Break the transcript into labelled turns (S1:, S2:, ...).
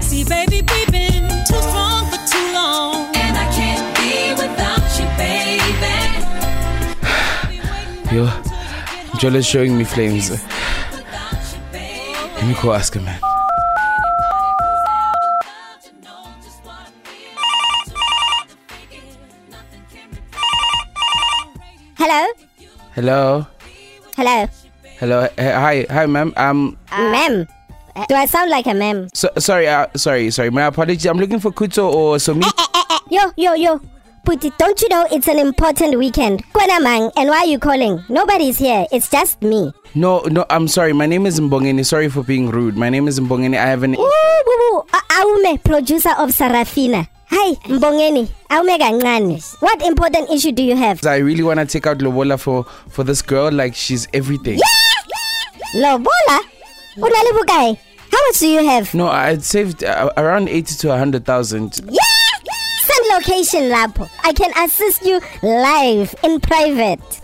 S1: see, baby, we've been too strong for too long.
S2: And I can't be without you, baby.
S3: Yo, Joel is showing me flames. Let me go ask him, man.
S4: Hello?
S3: Hello,
S4: Hello?
S3: hello, Hey, hi, hi, ma'am. Um,
S4: ma'am? Uh, Do I sound like a ma'am?
S3: so, sorry, uh, sorry, sorry. My apologies. I'm looking for Kuto or Somi.
S4: Yo, yo, yo. Puti, don't you know it's an important weekend? Kwanamang, and why are you calling? Nobody's here. It's just me.
S3: No, no, I'm sorry. My name is Mbongeni. Sorry for being rude. My name is Mbongeni. I have an.
S4: Ooh, boo, boo. A- Aume, producer of Sarafina. Hi, Mbongeni. Aume kancane. What important issue do you have?
S3: I really want to take out Lobola for for this girl. Like she's everything.
S4: Lobola? Unali bukae? How much do you have?
S3: No, I would saved uh, around eighty to hundred thousand.
S4: Send location lapo. I can assist you live in private.